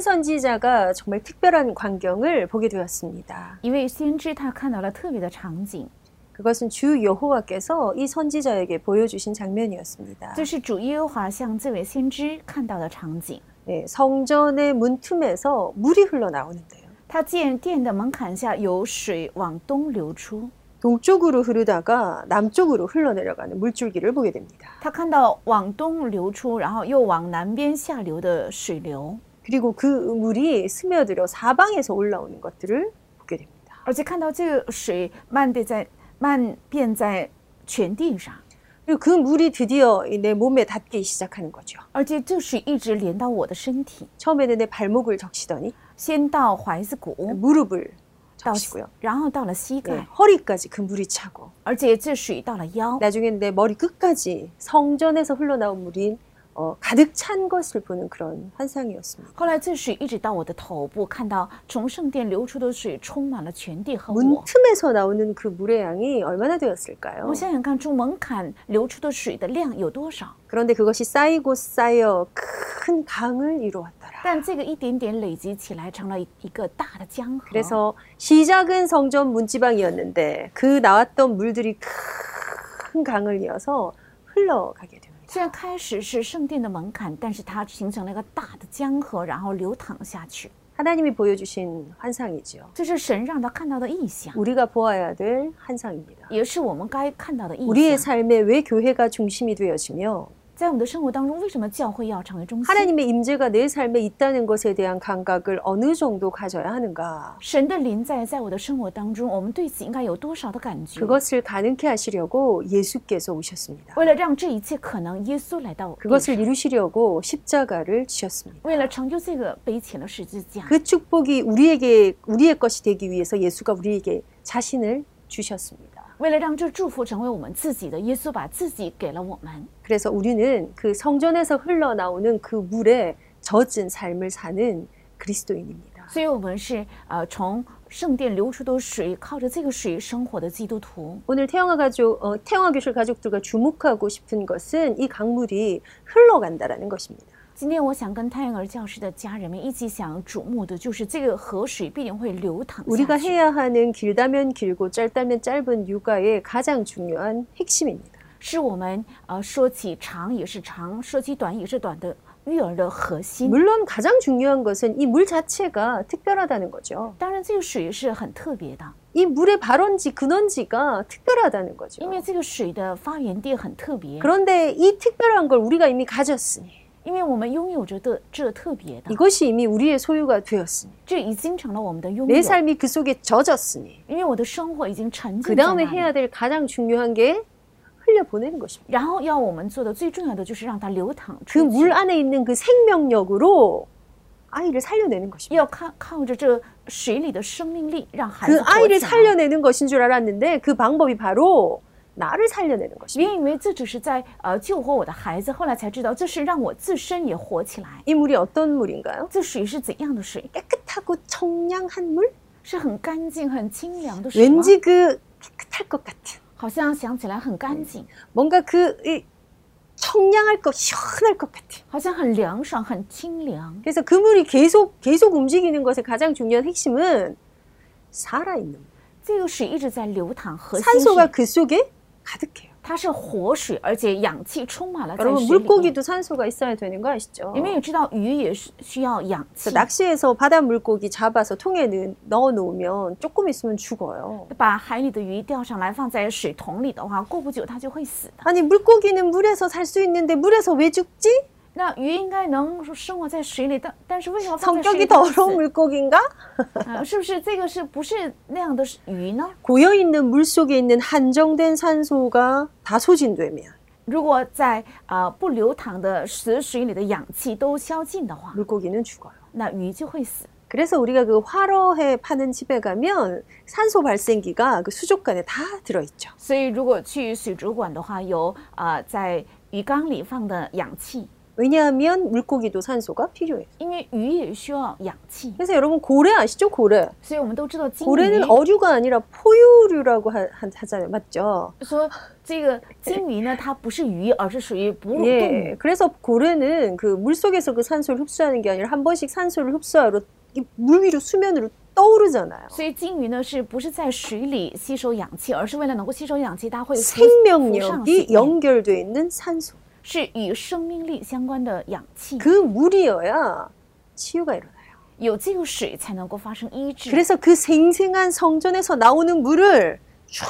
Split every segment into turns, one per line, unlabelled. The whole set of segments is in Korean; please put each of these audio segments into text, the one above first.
선지자가 정말 특별한 광경을 보게 되었습니다.
一位先知他看到了特别的场景，
그것은 주 여호와께서 이 선지자에게 보여주신 장면이었습니다.
就是主耶和华向这位先知看到的场景。
네, 성전의 문틈에서 물이 흘러나오는데요.
他见殿的门槛下有水往东流出，
동쪽으로 흐르다가 남쪽으로 흘러내려가는 물줄기를 보게 됩니다.
他看到往东流出，然后又往南边下流的水流，
그리고 그 물이 스며들어 사방에서 올라오는 것들을 보게 됩니다.
而且看到这个水漫遍在漫遍在全地上，
그리고 그 물이 드디어 이내 몸에 닿기 시작하는 거죠.
而且这水一直连到我的身体，
처음에는 내 발목을 적시더니
先到踝子
嗯
骨，
무릎을
到
적시고요.
然后到了膝
네,
盖，
허리까지 그 물이 차고
而且这水到了腰，
나중에 내 머리 끝까지 성전에서 흘러나온 물이 어, 가득 찬 것을 보는 그런 환상이었습니다.
后来这水一直到我的头部，看到从圣殿流出的水充满了全地和我。
문틈에서 나오는 그 물의 양이 얼마나
我
되었을까요?
们想想看，从门槛流出的水的量有多少？
그런데 그것이 쌓이고 쌓여 큰 강을 이루었더라.
但这个一点点累积起来，成了一一个大的江河。
그래서 시작은 성전 문지방이었는데 그 나왔던 물들이 큰 강을 이어서 흘러가게 됩니다.
虽然开始是圣殿的门槛，但是它形成了一个大的江河，然后流淌下去。
하나님이 보여주신 환상이지요.
这是神让他看到的意象，
우리가 보아야 될 환상입니다.
也是我们该看到的意
우리의
象。
삶에 왜 교회가 중심이 되어지며
在我们的生活当中，为什么教会要成为中心？
하나님의 임재가 내 삶에 있다는 것에 대한 감각을 어느 정도 가져야 하는가?
神的临在在我的生活当中，我们对此应该有多少的感觉？
그것을 가능케 하시려고 예수께서 오셨습니다.
为了让这一切可能，耶稣来到我地上
그것을 이루시려고 십자가를 지셨습니다.
为了成就这个，背起了十字架。
그 축복이 우리에게 우리의 것이 되기 위해서 예수가 우리에게 자신을 주셨습니다.
为了让这祝福成为我们自己的，耶稣把自己给了我们。
그래서 우리는 그 성전에서 흘러나오는 그 물에 젖은 삶을 사는 그리스도인입니다.
所以，我们是呃从圣殿流出的水，靠着这个水生活的基督徒。
오늘 태영아 가족 어, 태영아 교실 가족들과 주목하고 싶은 것은 이 강물이 흘러간다라는 것입니다.
今天，我想跟太阳儿教室的家人们一起想瞩目的，就是这个河水必定会流淌
우리가
下去，
해야 하는 길다면 길고 짧다면 짧은 육아의 가장 중요한 핵심입니다.
是我们呃说起长也是长，说起短也是短的育儿的核心。
물론 가장 중요한 것은 이 물 자체가 특별하다는 거죠.
当然，这个水是很特别的，
이 물의 발원지 근원지가 특별하다는
因
거죠.
为这个水的发源地很特别，
그런데 이 특별한 걸 우리가 이미 가졌으니
因为我们拥有着的这特别的，
이것이 이미 우리의 소유가 되었으니
这已经成了我们的拥有
내 。 삶이 그 속에 젖었으니
因为我的生活已经沉
그
浸在那
다음에
里
해야 될 가장 중요한 게 흘려보내는 것입니다.
然后要我们做的最重要的就是让它流淌出
그
去，
물 안에 있는 그 생명력으로 아이를 살려내는 것입니다.
要靠靠着这水里的生命力让孩
그
子活
아이를
起来。
살려내는 것인 줄 알았는데 그 방법이 바로 나를 살려내는 것입니다.
原以为这只是在呃救活我的孩子，后来才知道这是让我自身也活起来。
이 물이 어떤 물인가요?
这水是怎样的水？
깨끗하고 청량한 물?
是很干净、很清凉的水吗？
왠지 그 깨끗할 것 같은
好像想起来很干净，
뭔가 그 이, 청량할 것 시원할 것 같은
好像很凉爽、很清凉。
그래서 그 물이 계속 계속 움직이는 것의 가장 중요한 핵심은 살아있는 물.
这个水一直在流淌，核心
산소가
是
그 속에 가득해요.
它是活水，而且氧气充满了在
여러분
水里面。
물고기도 산소가 있어야 되는 거 아시죠?
你们也知道，鱼也是需要氧气
그래서 。 낚시해서 바다 물고기 잡아서 통에 넣- 넣어 놓으면 조금 있으면 죽어요.
把海里的鱼钓上来放在水桶里的话，过不久它就会死的。
아니 물고기는 물에서 살 수 있는데 물에서 왜 죽지?
那鱼应该能生活在水里，但但是为什么放在水
성격이
里它会
더러운
死？
물고기인가?
啊是不是这个是不是那样的鱼呢？
고여 있는 물 속에 있는 한정된 산소가 다 소진되면
如果在啊、呃不流淌的死水里的氧气都消尽的话，
물고기는 죽어요.
那鱼就会死。
그래서 우리가 그 화로회 파는 집에 가면 산소 발생기가 그 수족관에 다 들어있죠.
所以如果去水族馆的话，有啊、呃在鱼缸里放的氧气，
왜냐하면 물고기도 산소가 필요해요.
因为鱼也需要氧气，
그래서 여러분 고래 아시죠? 고래.
所以我们都知道金鱼
고래는 。 어류가 아니라 포유류라고 하, 하- 하잖아요. 맞죠?
说这个金鱼呢，它不是鱼，而是属于哺乳动
예.
物。
그래서 고래는 그 물속에서 그 산소를 흡수하는 게 아니라 한 번씩 산소를 흡수하러 이 물 위로 수면으로 떠오르잖아요.
所以金鱼呢，是不是在水里吸收氧气，而是为了能够吸收氧气，它会浮浮上水
생명력이
面，
연결돼 있는 산소.
是与生命力相关的氧气。
그 물이어야 치유가 일어나요.
有这个水才能够发生医治，
그래서 그 생생한 성전에서 나오는 물을 쫙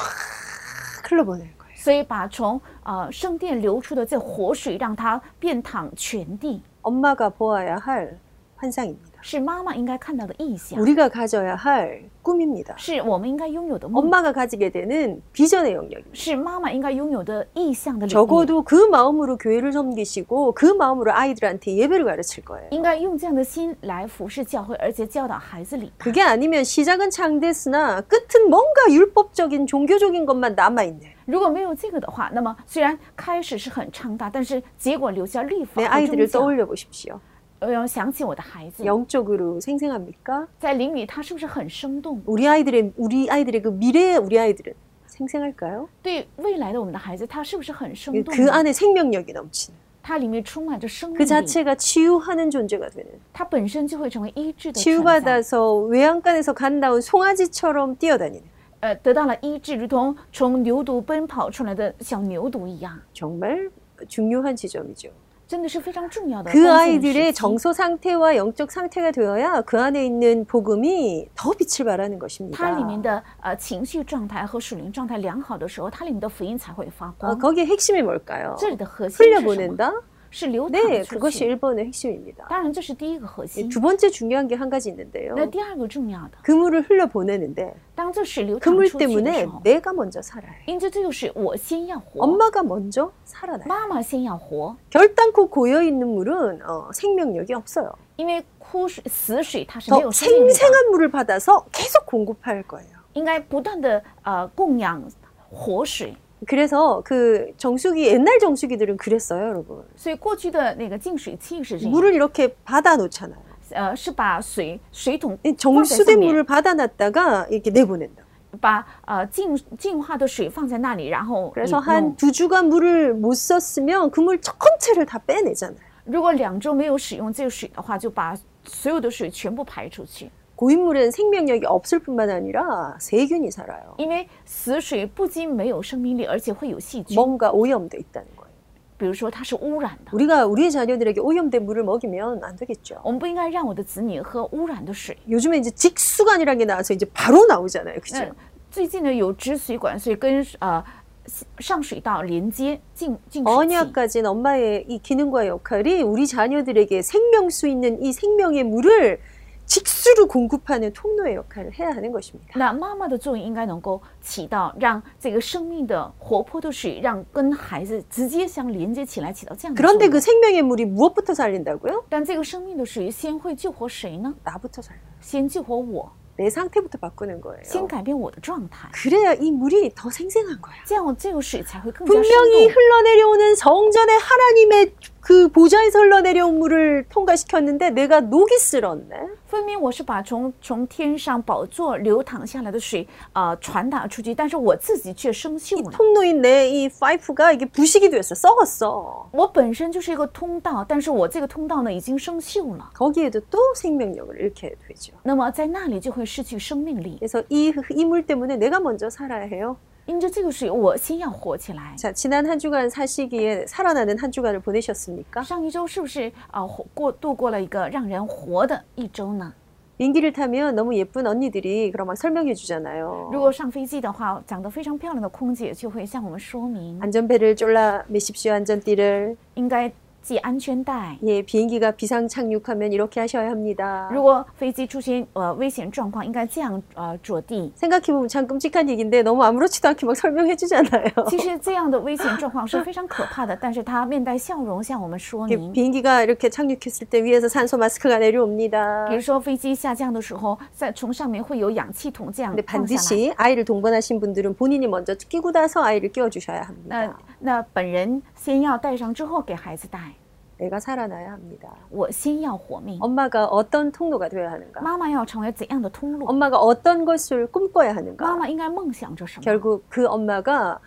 흘러보내는 거예요.
所以把从呃圣殿流出的这活水，让它遍淌全地，
엄마가 보아야 할 환상입니다.
是妈妈应该看到的意象，
우리가 가져야 할 꿈입니다.
是我们应该拥有的梦，
엄마가 가지게 되는 비전의 영역입니다.
是妈妈应该拥有的意象的领域。
적어도 그 마음으로 교회를 섬기시고 그 마음으로 아이들한테 예배를 가르칠 거예요.
应该用这样的心来服侍教会，而且教导孩子礼拜。
그게 아니면 시작은 창대스나 끝은 뭔가 율법적인 종교적인 것만 남아있네.
如果没有这个的话，那么虽然开始是很昌大，但是结果留下律法
내
和
아이들을
宗教。呃
떠올려 보십시오.
我要想起我的孩子，
영적으로 생생합니까?
在灵里他是不是很生动？
우리 아이들의 우리 아이들의 그 미래의 우리 아이들은 생생할까요?
对未来的我们的孩子，他是不是很生动？
그 안에 생명력이 넘치는
它里面充满着生命
그
力，
자체가 치유하는 존재가 되는
它本身就会成为医治的存在。
치유받아서 외양간에서 간 나온 송아지처럼 뛰어다니는
呃，得到了医治，如同从牛犊奔跑出来的小牛犊一样，
정말 중요한 지점이죠.
真的是非常重要的关
그
键时期。
아이들의 정서 상태와 영적 상태가 되어야 그 안에 있는 복음이 더 빛을 발하는
它里
것입니다.
面的呃情绪状态和属灵状态良好的时候，它里面的福音才会发
아,
光。
거기에 핵심이 뭘까요?
这里的核心是什么？
흘려보낸다?
是流淌
네,
出
그것이
去。
1번의 핵심입니다.
当然，这是第一个核心。
두 번째 중요한 게 한 가지 있는데요.
那第二个重要的，
그 물을 흘려보내는데
当这水流
그
淌
물
出去的
때문에
时候，
내가 먼저 살아요.
因着这个水，我先要活，
엄마가 먼저 살아나요.
哦妈妈先要活，
결단코 고여있는 물은 어, 생명력이 없어요.
因为枯水、死水它是没
더
有生命力的，
생생한 물을 받아서 계속 공급할 거예요.
应该不断的呃供养活水。
그래서 그 정수기 옛날 정수기들은 그랬어요, 여러분.
所以过去的那个净水器是这样，
물을 이렇게 받아 놓잖아요.
呃，是把水水桶
이
放在上
정수된
面，
물을 받아 놨다가 이렇게 내보낸다.
把呃净净化的水放在那里，然后
그래서
你
한
用
두 주간 물을 못 썼으면 그 물 전체를 다 빼내잖아요.
如果两周没有使用这个水的话，就把所有的水全部排出去。
고인물엔 생명력이 없을 뿐만 아니라 세균이 살아요.
因为死水不仅没有生命力，而且会有细菌，
뭔가 오염돼 있다는 거예요.
比如说它是污染的。
우리가 우리 자녀들에게 오염된 물을 먹이면 안 되겠죠.
我们不应该让我的子女喝污染的水。
요즘에 이제 직수관이라는 게 나와서 이제 바로 나오잖아요. 그죠?
那最近呢有止水管，所以跟呃上水道连接净净
哦
水器。
언약까지는 엄마의 이 기능과 역할이 우리 자녀들에게 생명수 있는 이 생명의 물을 직수로 공급하는 통로의 역할을 해야 하는 것입니다.
那妈妈的作用应该能够起到让这个生命的活泼的水，让跟孩子直接相连接起来，起到这样的作
그런데
用。
그 생명의 물이 무엇부터 살린다고요?
但这个生命的水先会救活谁呢？
나부터 살려요.
先救活我，
내 상태부터 바꾸는 거예요.
先改变我的状态，
그래야 이 물이 더 생생한 거야.
这样这个水才会更加生动
분명히 。 흘러내려오는 성전의 하나님의 그 보좌에서 흘러내려온 물을 통과시켰는데 내가 녹이 쓸었네.
分明我是把从从天上宝座流淌下来的水啊、呃传达出去，但是我自己却生
이
锈了。
통로인 내 이 파이프가 이게 부식이 됐어. 썩었어.
我本身就是一个通道，但是我这个通道呢已经生锈了，
거기에도 또 생명력을 잃게 되죠.
那么在那里就会失去生命力。
그래서 이 이물 때문에 내가 먼저 살아야 해요.
因着这个水，我先要活起来。
자, 지난 한 주간 사시기에 살아나는 한 주간을 보내셨습니까?
上一周是不是啊、活过度过了一个让人活的一周呢？
비행기를 타면 너무 예쁜 언니들이 그럼 막 설명해 주잖아요.
如果上飞机的话，长得非常漂亮的空姐就会向我们说明，
안전벨을 쫄라 매십시오 안전띠를.
应该系安全带。
예, 비행기가 비상 착륙하면 이렇게 하셔야 합니다.
如果飞机出现呃危险状况，应该这样呃着地。
생각해 보면 참 끔찍한 얘기인데 너무 아무렇지도 않게 막 설명해 주잖아요.
其实这样的危险状况是非常可怕的，但是他面带笑容向我们说
이렇게
明。
비행기가 이렇게 착륙했을 때 위에서 산소 마스크가 내려옵니다.
比如说飞机下降的时候，在从上面会有氧气筒这样
근데
放下来。
반드시 아이를 동반하신 분들은 본인이 먼저 끼고 나서 아이를 끼워 주셔야 합니다.
那那本人先要戴上之后给孩子戴，
내가 살아나야 합니다.
我先要活命，
엄마가 어떤 통로가 되어야 하는가?
妈妈要成为怎样的通路？
엄마가 어떤 것을 꿈꿔야
妈
하는가?
妈应该梦想着什么？
결국 그 엄마가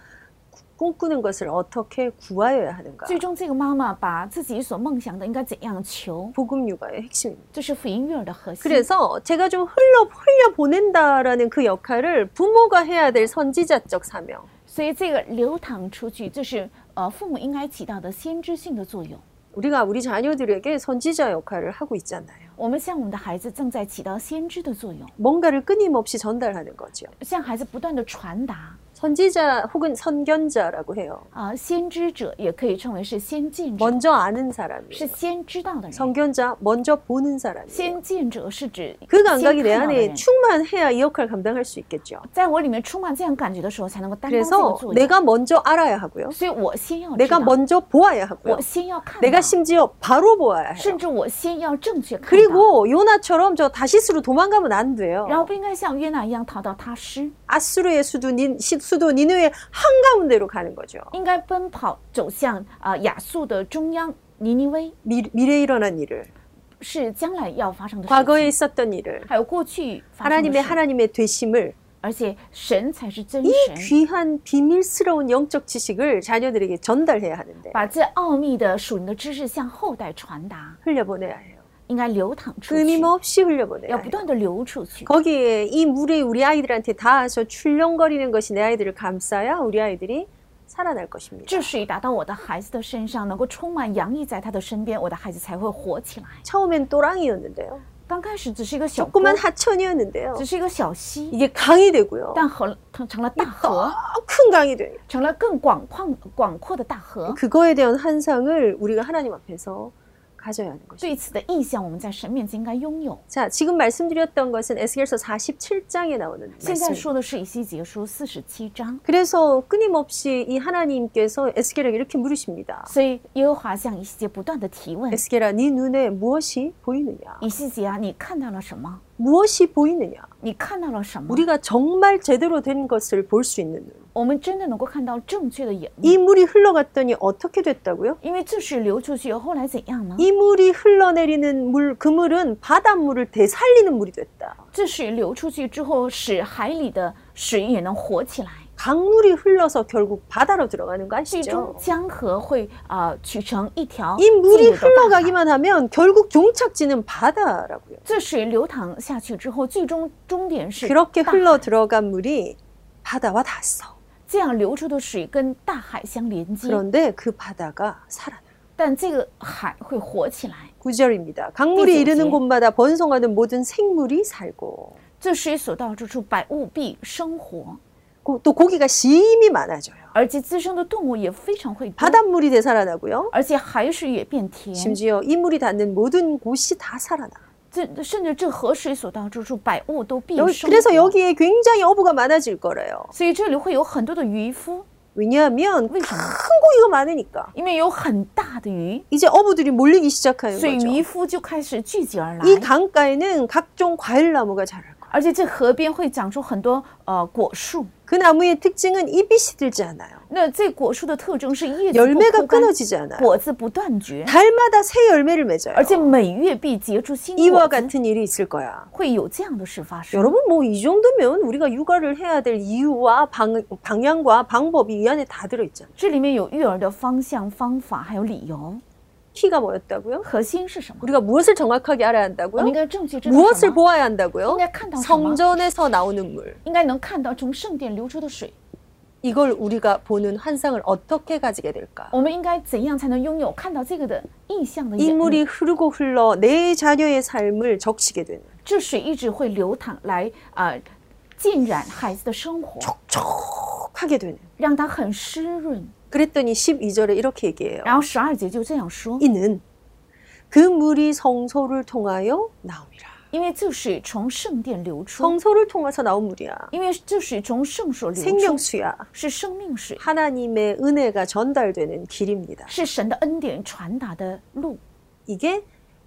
구- 꿈꾸는 것을 어떻게 구하여야 하는가?
最终，这个妈妈把自己所梦想的应该怎样求，
복음 육아의 핵심입니다.
这是福音育儿的核心。
그래서 제가 좀 흘러 흘려 보낸다라는 그 역할을 부모가 해야 될 선지자적 사명.
所以，这个流淌出去，就是呃父母应该起到的先知性的作用。
우리가 우리 자녀들에게 선지자 역할을 하고 있잖아요.
我们向我们的孩子正在起到先知的作用，
뭔가를 끊임없이 전달하는 거죠.
向孩子不断的传达。
선지자 혹은 선견자라고 해요.
啊、先知者也可以称为是先见者，
먼저 아는
是
사람이에요.
先知道的人。
선견자 먼저 보는 사람이에요.
先见者是指
그
先
감각이
看
내
到的
안에
人，
충만해야 이 역할 감당할 수 있겠죠.
在我里面充满这样感觉的时候，才能够担当这个
그래서
作用。
내가 먼저 알아야 하고요.
所以我先要知
내가
道，
먼저 보아야 하고요.
我先要看
내가
到，
어, 심지어 바로 보아야 해요.
甚至我先要正确看到。
그리고 요나처럼 저 다시스로 도망가면 안
然
돼요.
后不应该像约拿一样逃到他施，
아수르의 수도 닌 시- 수도 니느의 한가운데로 가는 거죠.
应该奔跑走向啊、呃亚述的中央尼尼微，
미, 미래에 일어난 일을
是将来要发生的事
과거에
情，
있었던 일을
还有过去发生的
하나님의
事。
하나님의 되심을
而且神才是真
이
神，
귀한 비밀스러운 영적 지식을 자녀들에게 전달해야 하는데
把这奥秘的属灵的知识向后代传达，
흘려보내야 해요.
应该流淌出去，
끊임없이
要
흘려보내야
不
해요.
断的流出去。
거기에 이 물이 우리 아이들한테 닿아서 출렁거리는 것이 내 아이들을 감싸야 우리 아이들이 살아날 것입니다.
这水打到我的孩子的身上，能够充满洋溢在他的身边，我的孩子才会活起来。
처음엔 또랑이었는데요.
刚开始只是一个小沟，
조그만 하천이었는데요.
只是一个小溪，
이게 강이 되고요. 어,
但河它成了大河，
큰 강이 돼요.
成了更广旷广阔的大河。
그거에 대한 환상을 우리가 하나님 앞에서 가져야 하는 것이죠.
对此的意向，我们在神面前应该拥有。
자, 지금 말씀드렸던 것은 에스겔서 47장에 나오는
现在
말씀입니다.
说的是以西结书四十七章，
그래서 끊임없이 이 하나님께서 에스겔에게 이렇게 물으십니다.
所以耶和华向以西结不断的提问：
에스겔아, 네 눈에 무엇이 보이느냐?
以西结啊，你看到了什么？
무엇이 보이느냐?
你看到了什么？
우리가 정말 제대로 된 것을 볼 수 있는 눈.
我们真的能够看到正确的眼目，
이 물이 흘러갔더니 어떻게 됐다고요?
因为这水流出去后来怎样呢？
이 물이 흘러내리는 물, 그 물은 바닷물을 되살리는 물이 됐다.
这水流出去之后，使海里的水也能活起来，
강물이 흘러서 결국 바다로 들어가는 거
最终
아시죠?
江河会啊、呃、取成一条
이
进入
물이
到大海。
흘러가기만 하면 결국 종착지는 바다라고요.
这水流淌下去之后，最终终点是
그렇게
大
흘러 들어간 물이 바다와 닿았어.
这样流出的水跟大海相连接，
그런데 그 바다가 살아나.
但这个海会活起来。
구절입니다. 강물이
네,
이르는
네.
곳마다 번성하는 모든 생물이 살고
这水所到之处，百物必生活，
고- 또 고기가 심히 많아져요.
而且滋生的动物也非常会多，
바닷물이 되살아나고요.
而且海水也变甜。
심지어 이 물이 닿는 모든 곳이 다 살아나.
这甚至这河水所到之处，百物都必
여기-
生活。
그래서 여기에 굉장히 어부가 많아질 거래요.
所以这里会有很多的渔夫，
왜냐하면 큰
为什么？
고기가 많으니까
因为有很大的鱼，
이제 어부들이 몰리기 시작하는
所以
거죠.
渔夫就开始聚集而来，
이 강가에는 각종 과일 나무가 자랄 거예요.
而且这河边会长出很多呃果树。
그 나무의 특징은 잎이 시들지 않아요.
那这果树的特征是叶子不
열매가
枯干，
끊어지지 않아요.
果子不断绝，
달마다 새 열매를 맺어요.
而且每月必结出新
이와
果子，
같은 일이 있을 거야.
会有这样的事发生。
여러분 뭐 이 정도면 우리가 육아를 해야 될 이유와 방, 방향과 방법이 이 안에 다 들어있잖아요.
这里面有育儿的方向、方法，还有理由。
키가 뭐였다고요?
核心是什么？
우리가 무엇을 정확하게 알아야
我们
한다고요?
应该正确知道什
무엇을
么？
보아야
应
한다고요?
该看到什么？
성전에서 나오는 물.
应该能看到从圣殿流出的水。
이걸 우리가 보는 환상을 어떻게 가지게 될까?
我们应该怎样才能拥有看到这个的意象的眼
이
目
물이 흐르고 흘러 내 자녀의 삶을 적시게 되는
这水一直会流淌来啊、呃浸染孩子的生活，
푹 하게 되는
让他很湿润。
그랬더니 12절에 이렇게 얘기해요
然后十二节就这样说，
이는 그 물이 성소를 통하여 나옵니다
因为这水从圣殿流出，
성소를 통해서 나온 물이야
因为这水从圣所流出，
생명수야
是生命水，
하나님의 은혜가 전달되는 길입니다
是神的恩典传达的路，
이게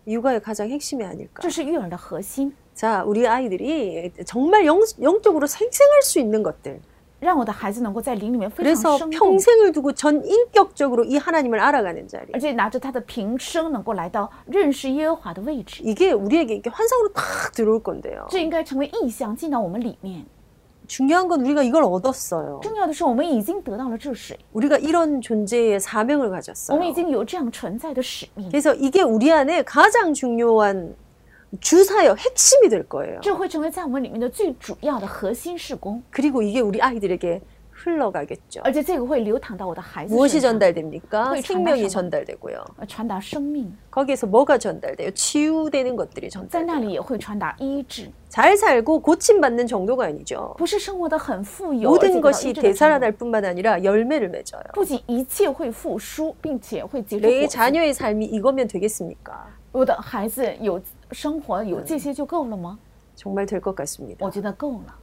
육아의 가장 핵심이 아닐까
这是育儿的核心。
자 우리 아이들이 정말 영, 영적으로 생생할 수 있는 것들
让我的孩子能够在灵里面非常
그래서
生动，
평생을 두고 전 인격적으로 이 하나님을 알아가는 자리.
而且拿着他的平生能够来到认识耶和华的位置，
이게 우리에게 이렇게 환상으로 탁 들어올 건데요.
这应该成为意象进到我们里面。
중요한 건 우리가 이걸 얻었어요.
重要的是，我们已经得到了这水，
우리가 이런 존재의 사명을
我
가졌어요.
们已经有这样存在的使命，
그래서 이게 우리 안에 가장 중요한 주사역 핵심이 될 거예요.
这会成为在我们里面的最主要的核心事工，
그리고 이게 우리 아이들에게 흘러가겠죠.
而且这个会流淌到我的孩子
무엇이
身上，
전달됩니까?
거의
생명이
전달하셔서.
전달되고요.
呃，传达生命，
거기에서 뭐가 전달돼요? 치유되는 것들이
在那
전달돼요.
里也会传达医治，
잘 살고 고침받는 정도가 아니죠.
不是生活的很富有，而且
모든
得到
것이
医治的程度
되살아날 뿐만 아니라 열매를 맺어요.
不仅一切会复苏，并且会结出
내
果子。
자녀의 삶이 이거면 되겠습니까?
我的孩子有生活有这些就够了吗？
정말 될 것 같습니다.
我觉得够了。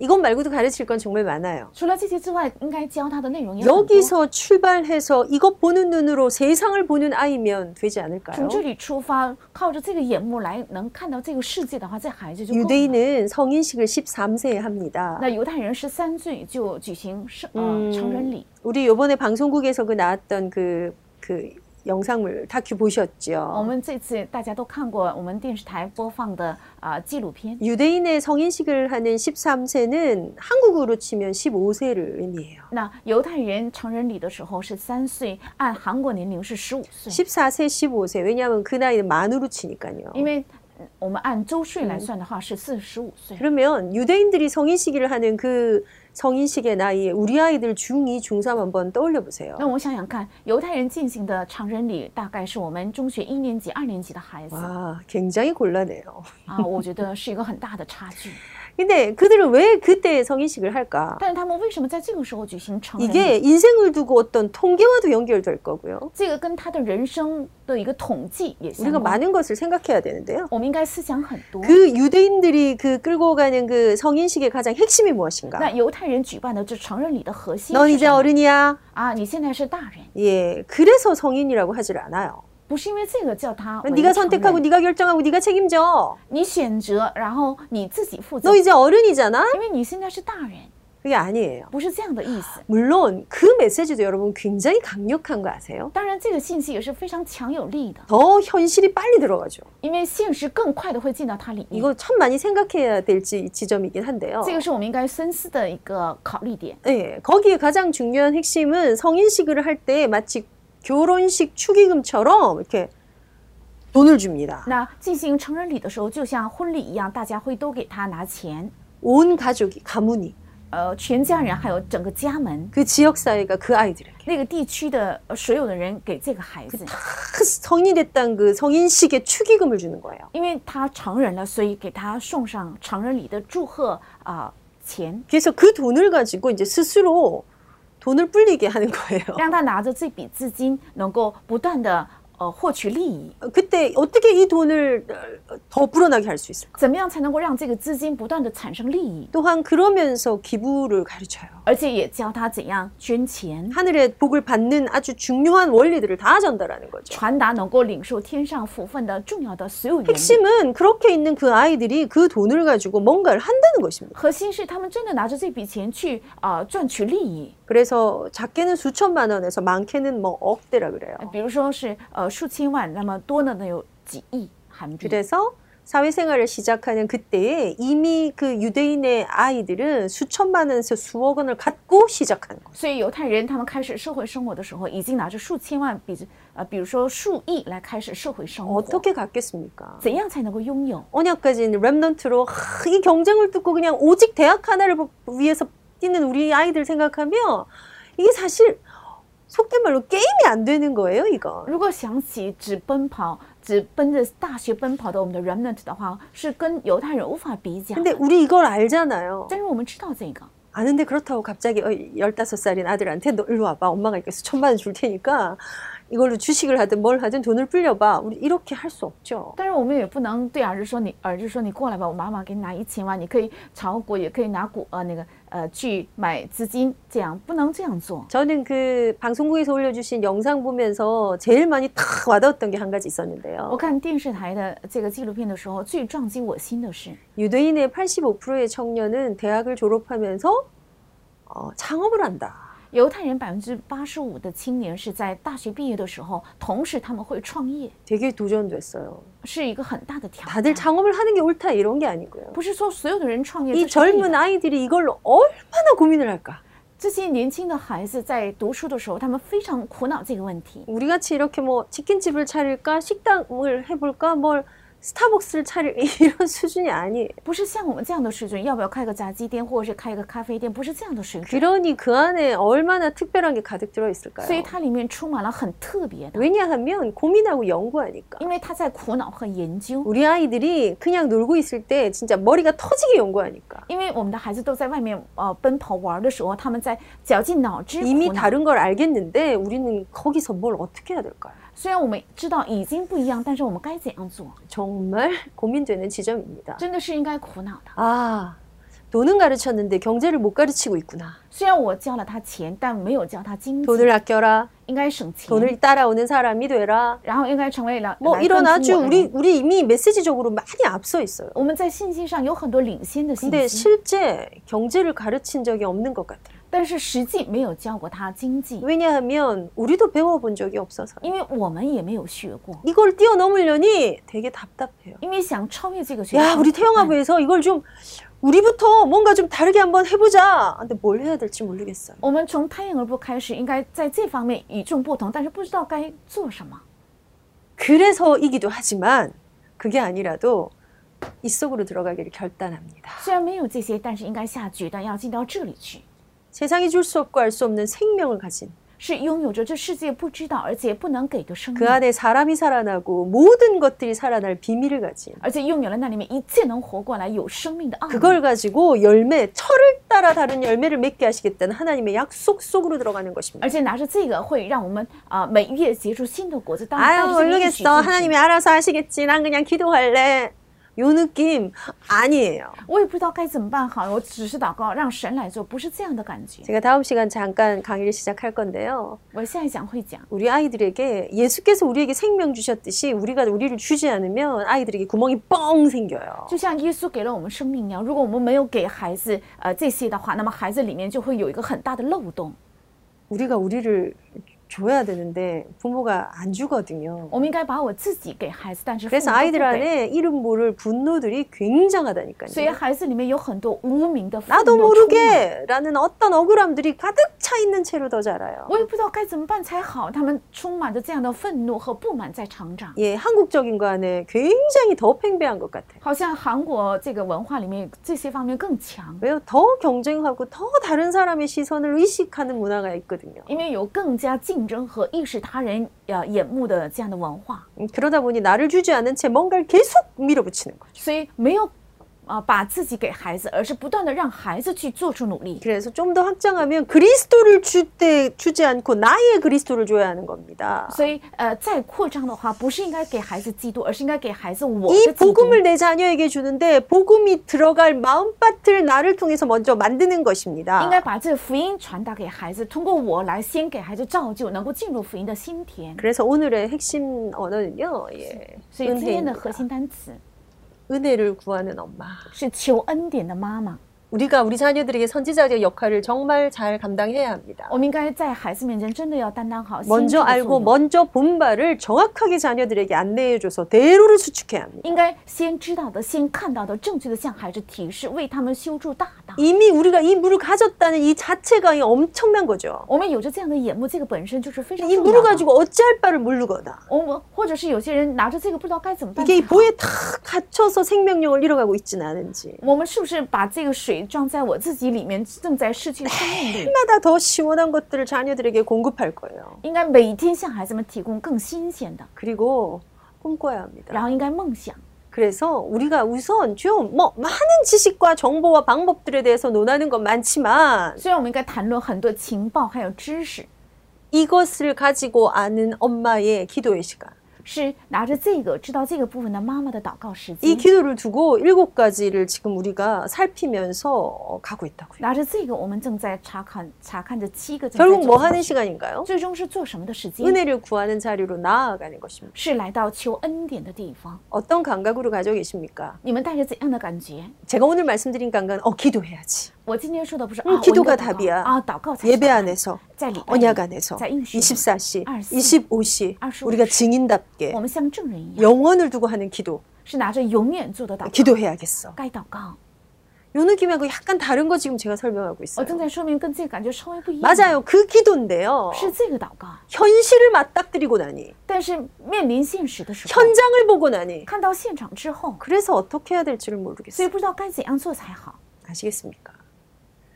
이것 말고도 가르칠 건 정말 많아요.
除了这些之外，应该教他的内容也很多。
여기서 출발해서 이것 보는 눈으로 세상을 보는 아이면 되지 않을까요?
从这里出发，靠着这个眼目来能看到这个世界的话，这孩子就够了。
유대인은 성인식을 13세에 합니다.
那犹太人十三岁就举行圣呃
嗯
成人礼，
우리 요번에 방송국에서 그 나왔던 그, 그 영상물 다큐
我
보셨죠?
们这次大家都看过我们电视台播放的啊、纪录片。
유대인의 성인식을 하는 13세는 한국으로 치면 15세를 의미해요.
那犹太人成人礼的时候是三岁，按韩国年龄是十五岁，
14세, 15세. 왜냐하면 그 나이는 만으로 치니까요.
因为嗯我们按周岁来算的话嗯是四十五岁。
그러면 유대인들이 성인식을 하는 그 성인식의 나이에 우리 아이들 중2, 중3 한번 떠올려 보세요.
那我想想看，犹太人进行的成人礼大概是我们中学一年级、二年级的孩子
와 아, 굉장히 곤란해요.
啊，我觉得是一个很大的差 距。
근데 그들은 왜 그때 성인식을 할까?
但是他们为什么在这个时候举行成人礼？
이게 인생을 두고 어떤 통계와도 연결될 거고요.
这个跟他的人生的一个统计也相
우리가
关。
많은 것을 생각해야 되는데요.
我们应该思想很多。
그 유대인들이 그 끌고 가는 그 성인식의 가장 핵심이
那
무엇인가?
犹太人举办的这成人礼的核心
넌
是
이제
什么
어른이야.
啊？你现在是大人，
예, 그래서 성인이라고 하질 않아요. 그러니까
不是因为这个叫他为
네가
成人
선택하고 네가 결정하고 네가 책임져.
你选择，然后你自己负责
너 ， 이제 어른이잖아.
因为你现在是大人，
그게 아니에요.
不是这样的意思。
물론 그 메시지도 여러분 굉장히 강력한 거 아세요?
当然，这个信息也是非常强有力的。
더 현실이 빨리 들어가죠.
因为现实更快的会进到它里面。
이거 참 많이 생각해야 될 지- 지점이긴 한데요.
这个是我们应该深思的一个考虑点。
예, 거기에 가장 중요한 핵심은 성인식을 할 때 마치 결혼식 축의금처럼 이렇게 돈을 줍니다.
那进行成人礼的时候，就像婚礼一样，大家会都给他拿钱，
온 가족이 가문이
呃，全家人还有整个家门
그 지역 사회가 그 아이들에게
那个地区的呃所有的人给这个孩子，
다 성인이 됐다는 그 성인식의 축의금을 주는 거예요.
因为他成人了，所以给他送上成人礼的祝贺啊、钱，
그래서 그 돈을 가지고 이제 스스로 돈을 불리게 하는 거예요.
让他拿着这笔资金能够不断的呃获取利益。
그때 어떻게 이 돈을 더 불어나게 할 수 있을까?
怎么样才能够让这个资金不断的产生利益，
또한 그러면서 기부를 가르쳐요.
而且也教他怎样捐钱？
하늘의 복을 받는 아주 중요한 원리들을 다 전달하는 거죠.
传达能够领受天上福分的重要的所有原理。
핵심은 그렇게 있는 그 아이들이 그 돈을 가지고 뭔가를 한다는 것입니다.
核心是他们真的拿着这笔钱去啊、呃赚取利益，
그래서 작게는 수천만 원에서 많게는 뭐 억대라 그래요.
比如说是呃数千万，那么多的呢有几亿韩币。
그래서 사회생활을 시작하는 그때에 이미 그 유대인의 아이들은 수천만 원에서 수억 원을 갖고 시작하는 거예요.
所以犹太人他们开始社会生活的时候，已经拿着数千万比呃，比如说数亿来开始社会生活。
어떻게 갖겠습니까?
怎样才能够拥有？
언약까지는 랩넌트로 하, 이 경쟁을 뚫고 그냥 오직 대학 하나를 보- 위해서 뛰는 우리 아이들 생각하면 이게 사실 속된 말로 게임이 안 되는 거예요, 이거.
如果想起只奔跑、只奔着大学奔跑的我们的 remnant 的话，是跟犹太人无法比较
근데
的。
우리 이걸 알잖아요.
但是我们知道这个，
아는데 그렇다고 갑자기 15살인 아들한테 너 일로 와봐. 엄마가 이렇게 수천만 원 줄 테니까 이걸로 주식을 하든 뭘 하든 돈을 불려봐. 우리 이렇게 할 수 없죠.
但是我们也不能对儿子说你儿子说你过来吧，我妈妈给你拿一千万，你可以炒股，也可以拿股呃那个呃去买资金，这样不能这样做。
저는 그 방송국에서 올려주신 영상 보면서 제일 많이 탁 와닿았던 게 한 가지 있었는데요.
我看电视台的这个纪录片的时候，最撞击我心的是，
유대인의 85%의 청년은 대학을 졸업하면서 어, 창업을 한다.
犹太人百分之八十五的青年是在大学毕业的时候，同时他们会创业，
되게 도전됐어요.
是一个很大的挑
다들
战。
창업을 하는 게 옳다 이런 게 아니고요.
不是说所有的人创业，
이
这是对
젊은
的
아이들이 이걸로 얼마나 고민을 할까?
这些年轻的孩子在读书的时候，他们非常苦恼这个问题。
우리 같이 이렇게 뭐 치킨집을 차릴까, 식당을 해볼까, 뭘 스타벅스를 차릴 이런 수준이 아니에요.
不是像我们这样的水准，要不要开个炸鸡店，或者是开一个咖啡店，不是这样的水准。
그러니 그 안에 얼마나 특별한 게 가득 들어
所以
있을까요?
它里面充满了很特别的，
왜냐하면 고민하고 연구하니까.
因为他在苦恼和研究。
우리 아이들이 그냥 놀고 있을 때 진짜 머리가 터지게 연구하니까
因为我们的孩子都在外面呃奔跑玩的时候，他们在绞尽脑汁
이미
苦恼。
다른 걸 알겠는데 우리는 거기서 뭘 어떻게 해야 될까요?
虽然我们知道已经不一样，但是我们该怎样做，
啊 정말 고민되는 지점입니다.
真的是应该苦恼的。
아, 돈은 가르쳤는데 경제를 못 가르치고 있구나.
虽然我教了他钱，但没有教他经济，
돈을 아껴라.
应该省钱，
돈을 따라오는 사람이 되라.
然后应该成为了
뭐
来
이런
跟随
아주
我的人
우리 우리 이미 메시지적으로 많이 앞서 있어요.
我们在信息上有很多领先的信
근데
息，
실제 경제를 가르친 적이 없는 것 같아요.
但是实际没有教过他经济，
왜냐하면 우리도 배워본 적이 없어서.
因为我们也没有学过，
이걸 뛰어넘으려니 되게 답답해요.
因为想超越这个学
야
校，
우리 태영아부에서 이걸 좀 우리부터 뭔가 좀 다르게 한번 해보자. 근데 뭘 해야 될지 모르겠어요.
我们从胎婴儿部开始，应该在这方面与众不同，但是不知道该做什么。
그래서이기도 하지만 그게 아니라도 이 속으로 들어가기를 결단합니다.
虽然没有这些，但是应该下决断要进到这里去，
세상이 줄 수 없고 알 수 없는 생명을 가진
是拥有着这世界不知道而且不能给的生
그
命，
안에 사람이 살아나고 모든 것들이 살아날 비밀을 가진
而且拥有了那里面一切能活过来有生命的奥秘。
그걸 가지고 열매, 철을 따라 다른 열매를 맺게 하시겠다는 하나님의 약속 속으로 들어가는 것입니다.
而且拿着这个会让我们啊、每月结出新的果子。当然
아유
带着这个应
모르겠어.
许进去
하나님이 알아서 하시겠지. 난 그냥 기도할래. 요 느낌 아니에요.
我也不知道该怎么办好，我只是祷告，让神来做，不是这样的感觉。
제가 다음 시간 잠깐 강의를 시작할 건데요.
我下一讲会讲，
우리 아이들에게 예수께서 우리에게 생명 주셨듯이 우리가 우리를 주지 않으면 아이들에게 구멍이 뻥 생겨요.
就像耶稣给了我们生命一样，如果我们没有给孩子呃这些的话，那么孩子里面就会有一个很大的漏洞。
우리가 우리를 줘야 되는데 부모가 안 주거든요.
我们应该把我自己给孩子，但是父
어,
母
그래서
都不
아이들
给。
안에 이름 모를 분노들이 굉장하다니까요.
所以孩子里面有很多无名的愤怒
나도
充满
모르게라는 어떤 억울함들이 가득 차 있는 채로 더 자라요.
我也不知道该怎么办才好。他们充满着这样的愤怒和不满在成长，
예, 한국적인 거 안에 굉장히 더 팽배한 것 같아요.
好像韩国这个文化里面这些方面更强，
왜요? 더 경쟁하고 더 다른 사람의 시선을 의식하는 문화가 있거든요.
因为有更加竞争和意识他人呃眼目的这样的文化。
음, 그러다 보니 나를 주지 않은 채 뭔가를 계속 밀어붙이는 거예요.
所以没有啊、把自己给孩子，而是不断的让孩子去做出努力。
그래서 좀 더 확장하면 그리스도를 줄 때 주지 않고 나의 그리스도를 줘야 하는 겁니다.
所以呃，再扩张的话，不是应该给孩子基督，而是应该给孩子我
이
的基督。
복음을 내 자녀에게 주는데 복음이 들어갈 마음밭을 나를 통해서 먼저 만드는
应
것입니다.
该把这福音传达给孩子，通过我来先给孩子造就，能够进入福音的心田。
그래서 오늘의 핵심 언어는요. 예,
所以今天的
은혜입니다.
核心单词
은혜를 구하는 엄마.
是求恩典的妈妈。
우리가 우리 자녀들에게 선지자의 역할을 정말 잘 감당해야 합니다.
我们应该在孩子面前真的要担当好先知
먼저
的作
알고
用，
먼저 본 바를 정확하게 자녀들에게 안내해줘서 대로를 수축해야 합니다.
应该先知道的、先看到的、正确的向孩子提示，为他们修筑大道。
이미 우리가 이 물을 가졌다는 이 자체가 엄청난 거죠.
我们有着这样的眼目，这个本身就是非常
이
重要
물을
的。
가지고 어찌할 바를 모르거나
我们或者是有些人拿着这个不知道该怎么办才
이게
好。
이 보에 다 갇혀서 생명력을 잃어가고 있진 않은지
我们是不是把这个水装在我自己里面，正在失去 生命力？
해마다 더 시원한 것들을 자녀들에게 공급할 거예요.
应该每天向孩子们提供更新鲜的，
그리고 꿈꿔야 합니다.
然后应该梦想。
그래서 우리가 우선 좀 뭐 많은 지식과 정보와 방법들에 대해서 논하는 건 많지만
虽然我们应该谈论很多情报还有知识，
이것을 가지고 아는 엄마의 기도의 시간.
是拿着这个知道这个部分的妈妈的祷告时
이
间，
기도를 두고 일곱 가지를 지금 우리가 살피면서 어, 가고 있다고요.
拿着这个我们正在查看查看着七个正在
결국 뭐
做什
하는
么，
시간인가요?
最终是做什么的时间？
은혜를 구하는 자리로 나아가는 것입니다.
是来到求恩典的地方。
어떤 감각으로 가지고 계십니까?
你们带着怎样的感觉？
제가 오늘 말씀드린 감각은 어 기도해야지.
我今天说的不是啊，
음,
아
기도가
祷告
답이야.
啊，祷告才是
예배
答案
안에서
在礼拜里
언약 안에서
자, 인식.
24시,
알수
25시
알수
우리가
없이.
증인답게
我们像证人一样，
영원을 두고 하는 기도
是拿着永远做的祷告，
기도해야겠어.
该祷告。
요느낌하고 약간 다른 거 지금 제가 설명하고
我
있어요.
正在说明跟这个感觉稍微不一样，
맞아요. 그 기도인데요.
是这个祷告，
현실을 맞닥뜨리고 나니
但是面临现实的时候，
현장을 보고 나니
看到现场之后，
그래서 어떻게 해야 될지를
所以
모르겠어요.
不知道该怎样做才好。
아시겠습니까?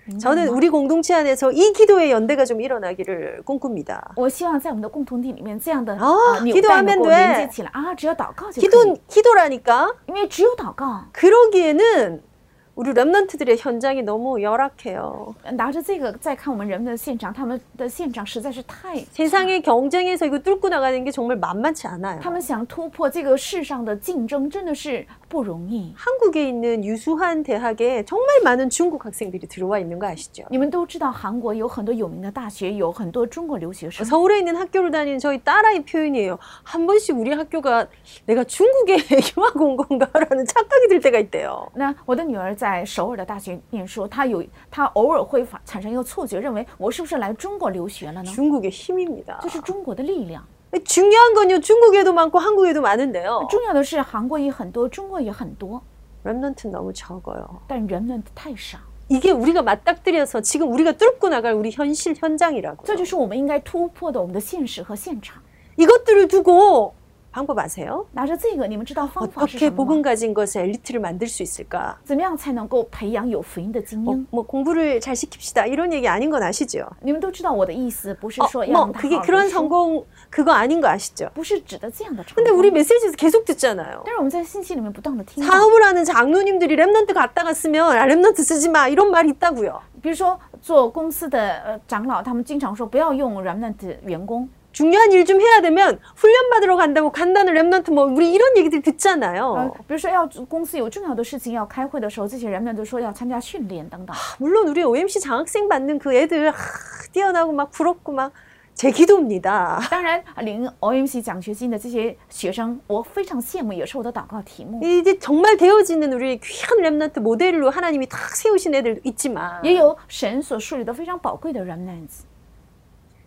明白
저는
吗
우리 공동체 안에서 이 기도의 연대가 좀 일어나기를 꿈꿉니다.
我希望在我们的共同体里面，这样的
啊
呃纽带能
기도하면
够
돼
连接起来啊，只要祷告就可以，
기도 기도라니까
因为只有祷告，
그러기에는 우리 랩런트들의 현장이 너무 열악해요.
呃拿着这个再看我们人们的现场，他们的现场实在是太，
세상의 경쟁에서 이거 뚫고 나가는 게 정말 만만치 않아요.
他们想突破这个世上的竞争真的是不容易。
한국에 있는 유수한 대학에 정말 많은 중국 학생들이 들어와 있는 거 아시죠?
你们都知道，韩国有很多有名的大学，有很多中国留学生。
서울에 있는 학교를 다니는 저희 딸아이 표현이에요. 한 번씩 우리 학교가 내가 중국에 유학 온 건가라는 착각이 들 때가 있대요.
那我的女儿在首尔的大学念书，她有她偶尔会发产生一个错觉，认为我是不是来中国留学了呢？
중국의 힘입니다.
这是中国的力量。
중요한 건요. 중국에도 많고 한국에도 많은데요.
重要的是，韩国也很多，中国也很多，
랩런트는 너무 적어요.
但人们太少。
이게 우리가 맞닥뜨려서 지금 우리가 뚫고 나갈 우리 현실 현장이라고.
这就是我们应该突破的，我们的现实和现场。
이것들을 두고 방법 아세요?
拿着这个，你们知道方法是
어떻게
什么吗
복음 가진 것에 엘리트를 만들 수 있을까?
怎么样才能够培养有福音的精
뭐,
英？
뭐 공부를 잘 시킵시다 이런 얘기 아닌 건 아시죠?
你们都知道我的意思，不是
어,
说要
뭐
让他
그게
好
그런
的书，
성공 그거 아닌 거 아시죠?
不是指的这样的成
근데 우리
功。
메시지에서 계속 듣잖아요.
但是我们在信息里面不断的听到，
사업을 하는 장로님들이 랩런트 갔다 갔으면 아, 랩런트 쓰지 마 이런 말이 있다고요.
比如说做公司的呃长老，他们经常说不要用 remnant 员工，
중요한 일 좀 해야 되면 훈련 받으러 간다고 간다는 랩런트 뭐 우리 이런 얘기들
呃
듣잖아요. ，
比如说要公司有重要的事情要开会的时候，这些人们都说要参加训练等等。
물론 우리 OMC 장학생 받는 그 애들 하, 뛰어나고 막 부럽고 막 제 기도입니다.
当然，领呃 OMC 奖学金的这些学生，我非常羡慕，也是我的祷告题目。
이제 정말 되어지는 우리 귀한 랩런트 모델로 하나님이 탁 세우신 애들 있지만
也有神所树立的非常宝贵的 remnants，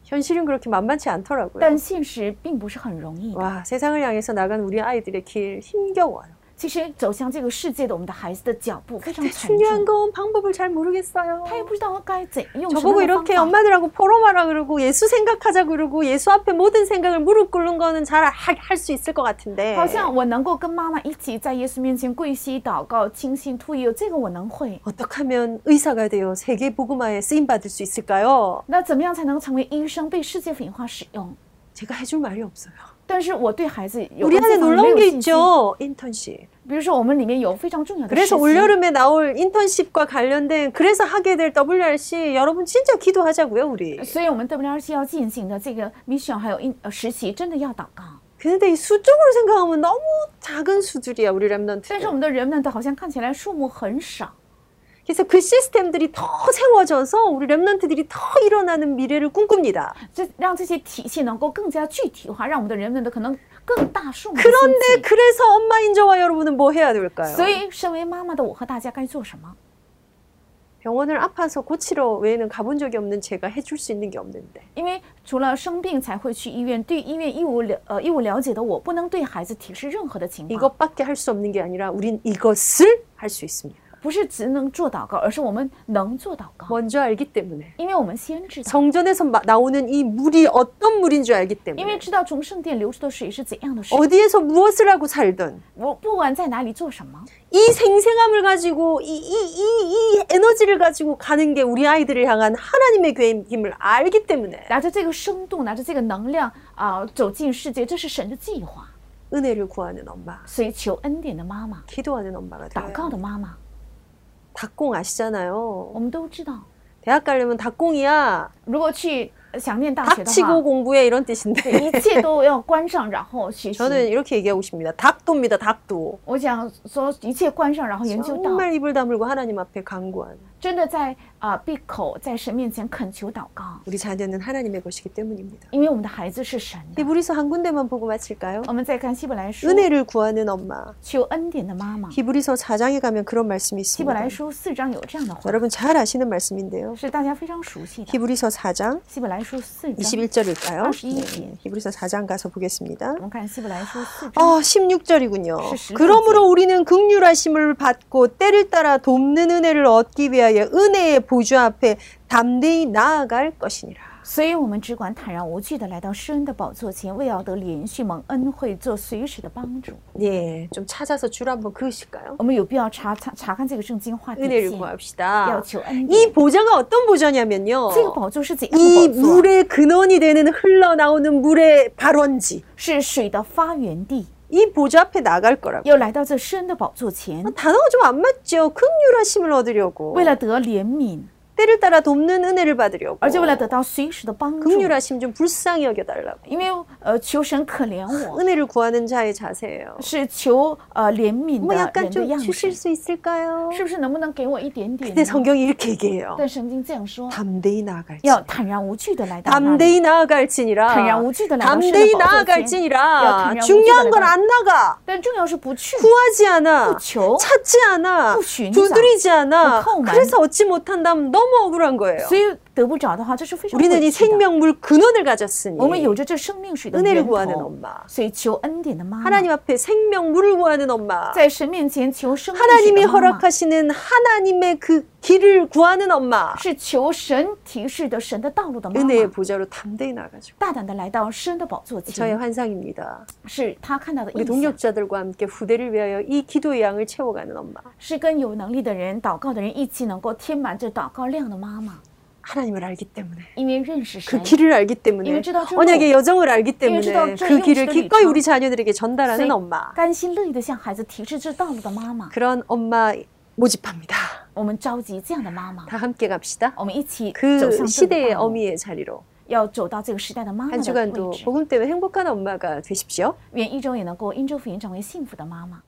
현실은 그렇게 만만치 않더라고요.
但现实并不是很容易的。
와 세상을 향해서 나간 우리 아이들의 길 힘겨워요.
其实走向这个世界的我们的孩子的脚步非常
근데
沉
중요한
重，
건 방법을 잘 모르겠어요.
他也不知道该怎用什么
저보고
样
이렇게
的方法。
엄마들하고 포럼하라 그러고 예수 생각하자 그러고 예수 앞에 모든 생각을 무릎 꿇는 거는 잘 할 수 있을 것 같은데
好像我能够跟妈妈一起在耶稣面前跪膝祷告、倾心吐意，这个我能会。
어떻게 하면 의사가 되어 세계 복음화에 쓰임 받을 수 있을까요?
那怎么样才能成为医生，被世界文化使用？
제가 해줄 말이 없어요.
但是我对孩子有
우리
关这
안에
方面没
놀라운
有
게
信心。
있죠. 인턴십.
比如说，我们里面有非常重要的实习。
그래서 올여름에 나올 인턴십과 관련된 그래서 하게 될 WRC 여러분 진짜 기도하자고요 우리.
所以我们 WRC 要进行的这个 mission 还有应呃实习，真的要祷告。
근데 이 수적으로 생각하면 너무 작은 수들이야 우리
但是
랩런트.
我们的人们的好像看起来数目很少，
그래서 그 시스템들이 더 세워져서 우리 랩런트들이 더 일어나는 미래를 꿈꿉니다.
这让这些体系能够更加具体化，让我们的人们的可能更大数目地
그런데
兴起。
그래서 엄마인 저와 여러분은 뭐 해야 될까요?
所以，身为妈妈的我和大家该做什么？
병원을 아파서 고치러 외에는 가본 적이 없는 제가 해줄 수 있는 게 없는데
因为除了生病才会去医院，对医院一无了呃一无了解的我，不能对孩子提示任何的情况。
이것밖에 할 수 없는 게 아니라 우린 이것을 할 수 있습니다.
不是只能做祷告，而是我们能做祷告，
먼저 알기 때문에
因为我们先知道，
성전에서 마- 나오는 이 물이 어떤 물인 줄 알기
因为
때문에
知道从圣殿流出的水是怎样的水。
어디에서 무엇을 하고 살든
我不管在哪里做什么，
이 생생함을 가지고 이 이 이 이 에너지를 가지고 가는 게 우리 아이들을 향한 하나님의 계획임을 알기 때문에
拿着这个生动，拿着这个能量啊、走进世界，这是神的计划。
은혜를 구하는 엄마,
所以，求恩典的妈妈，
기도하는 엄마가
祷
돼요.
告的妈妈，
닭공 아시잖아요.
我们都知道，
대학 가려면 닭공이야.
如果去呃想念
아,
大学的
닥치고
话，
공부해 이런 뜻인데
一切都要关上，然后学习。
저는 네, 이렇게 얘기하고 싶습니다. 닭도입니다. 닭도.
我想说，一切关上，然后研究道。
정말 입을 다물고 하나님 앞에 간구하는
真的在啊、闭口在神面前恳求祷告，
우리 자녀는 하나님의 것이기 때문입니다.
因为我们的孩子是神
히브리서 한 군데만 보고 마칠까요?
我们再看希伯来书
은혜를 구하는 엄마.
求恩典的妈妈，希
히브리서 4장에 가면 그런 말씀이
伯来
있습니다.
书四章有这样的话，
여러분 잘 아시는 말씀인데요.
是大家非常熟悉的。
히브리서 4장
希伯来书四章，
21절일까요? 네,
21
히브리서 4장 가서 보겠습니다.
我们看希伯来书四章，
아, 16절이군요.
실실.
그러므로 우리는 극률하심을 받고 때를 따라 돕는 은혜를 얻기 위하여 은혜의 보좌 앞에 담대히 나아갈 것이니라.
所以我们只管坦然无惧地来到施恩的宝座前，为要得连续蒙恩惠，做随时的帮助。
예, 좀 찾아서 줄 한번 그으실까요?
我们有必要查查查看这个圣经话题
은혜를
线，
구합시다.
要求恩典。
이 보좌가 어떤 보좌냐면요.
这个宝座是怎样
이
的宝座？啊
물의 근원이 되는 흘러나오는 물의 발원지.
是水的发源地。
이 보좌 앞에 나갈 거라고.
要来到这施恩的宝座前，
단어가 좀 안 맞죠. 극률하심을 얻으려고.
为了得怜悯，
때를 따라 돕는 은혜를 받으려고.
而且为了得到随时的帮助，
극률하심 좀 불쌍히 여겨달라고.
因为呃求神可怜我，
은혜를 구하는 자의 자세예요.
是求呃怜悯
뭐
的
약간
人的
좀
样
주실
式，
수 있을까요?
是不是能不能给我一 点点
근데
呢？
성경이 이렇게 얘기해요.
但圣经这样说，
담대히 나아갈지.
要坦然无惧的来到那里。
담대히 나아갈지니라.
당장 우주도 나갈
담대히
수는 없어서 야,
나아갈지니라.
당장
중요한
우주도
건 안 나가.
但重要是不去
구하지 않아.
不求，
찾지 않아.
또寻找。
두드리지 않아.
또叩门。
그래서 얻지 못한다면 너무 억울한 거예요.
所以得不着的话，这是非常
우리는
委
이
屈的
생명물 근원을 가졌으니
我们有着这生命水的
은혜를
源
구하는
头，
엄마.
所以求恩典的妈妈，
하나님 앞에 생명물을 구하는 엄마.
在神面前求生命水
하나님이
的妈妈，
허락하시는 하나님의 그 길을 구하는 엄마.
是求神提示的神的道路的妈妈，
은혜의 보좌로 담대히 나가죠.
大胆的来到神的宝座
저의
前，
환상입니다.
是他看到的异
우리
象，
동력자들과 함께 후대를 위하여 이 기도의 양을 채워가는 엄마.
是跟有能力的人、祷告的人一起能够填满这祷告量的妈妈，
하나님을 알기 때문에
因为认识神
그 ， 길을 알기 때문에
이걸 찢어주고,
언약의 여정을 알기 때문에
찢어주고,
그 길을
찢어주고,
기꺼이
찢어주고.
우리 자녀들에게 전달하는
所以
엄마.
甘心乐意的向孩子提示这道路的妈妈，
그런 엄마 모집합니다.
我们召集这样的妈妈，
다 함께 갑시다.
我们一起走
그
向这个
시대의
道路，
어미의 자리로
要走到这个时代的妈妈
한
的
주간도
位置。
복음 때문에 행복한 엄마가 되십시오.
愿一周也能够因周福音成为幸福的妈妈。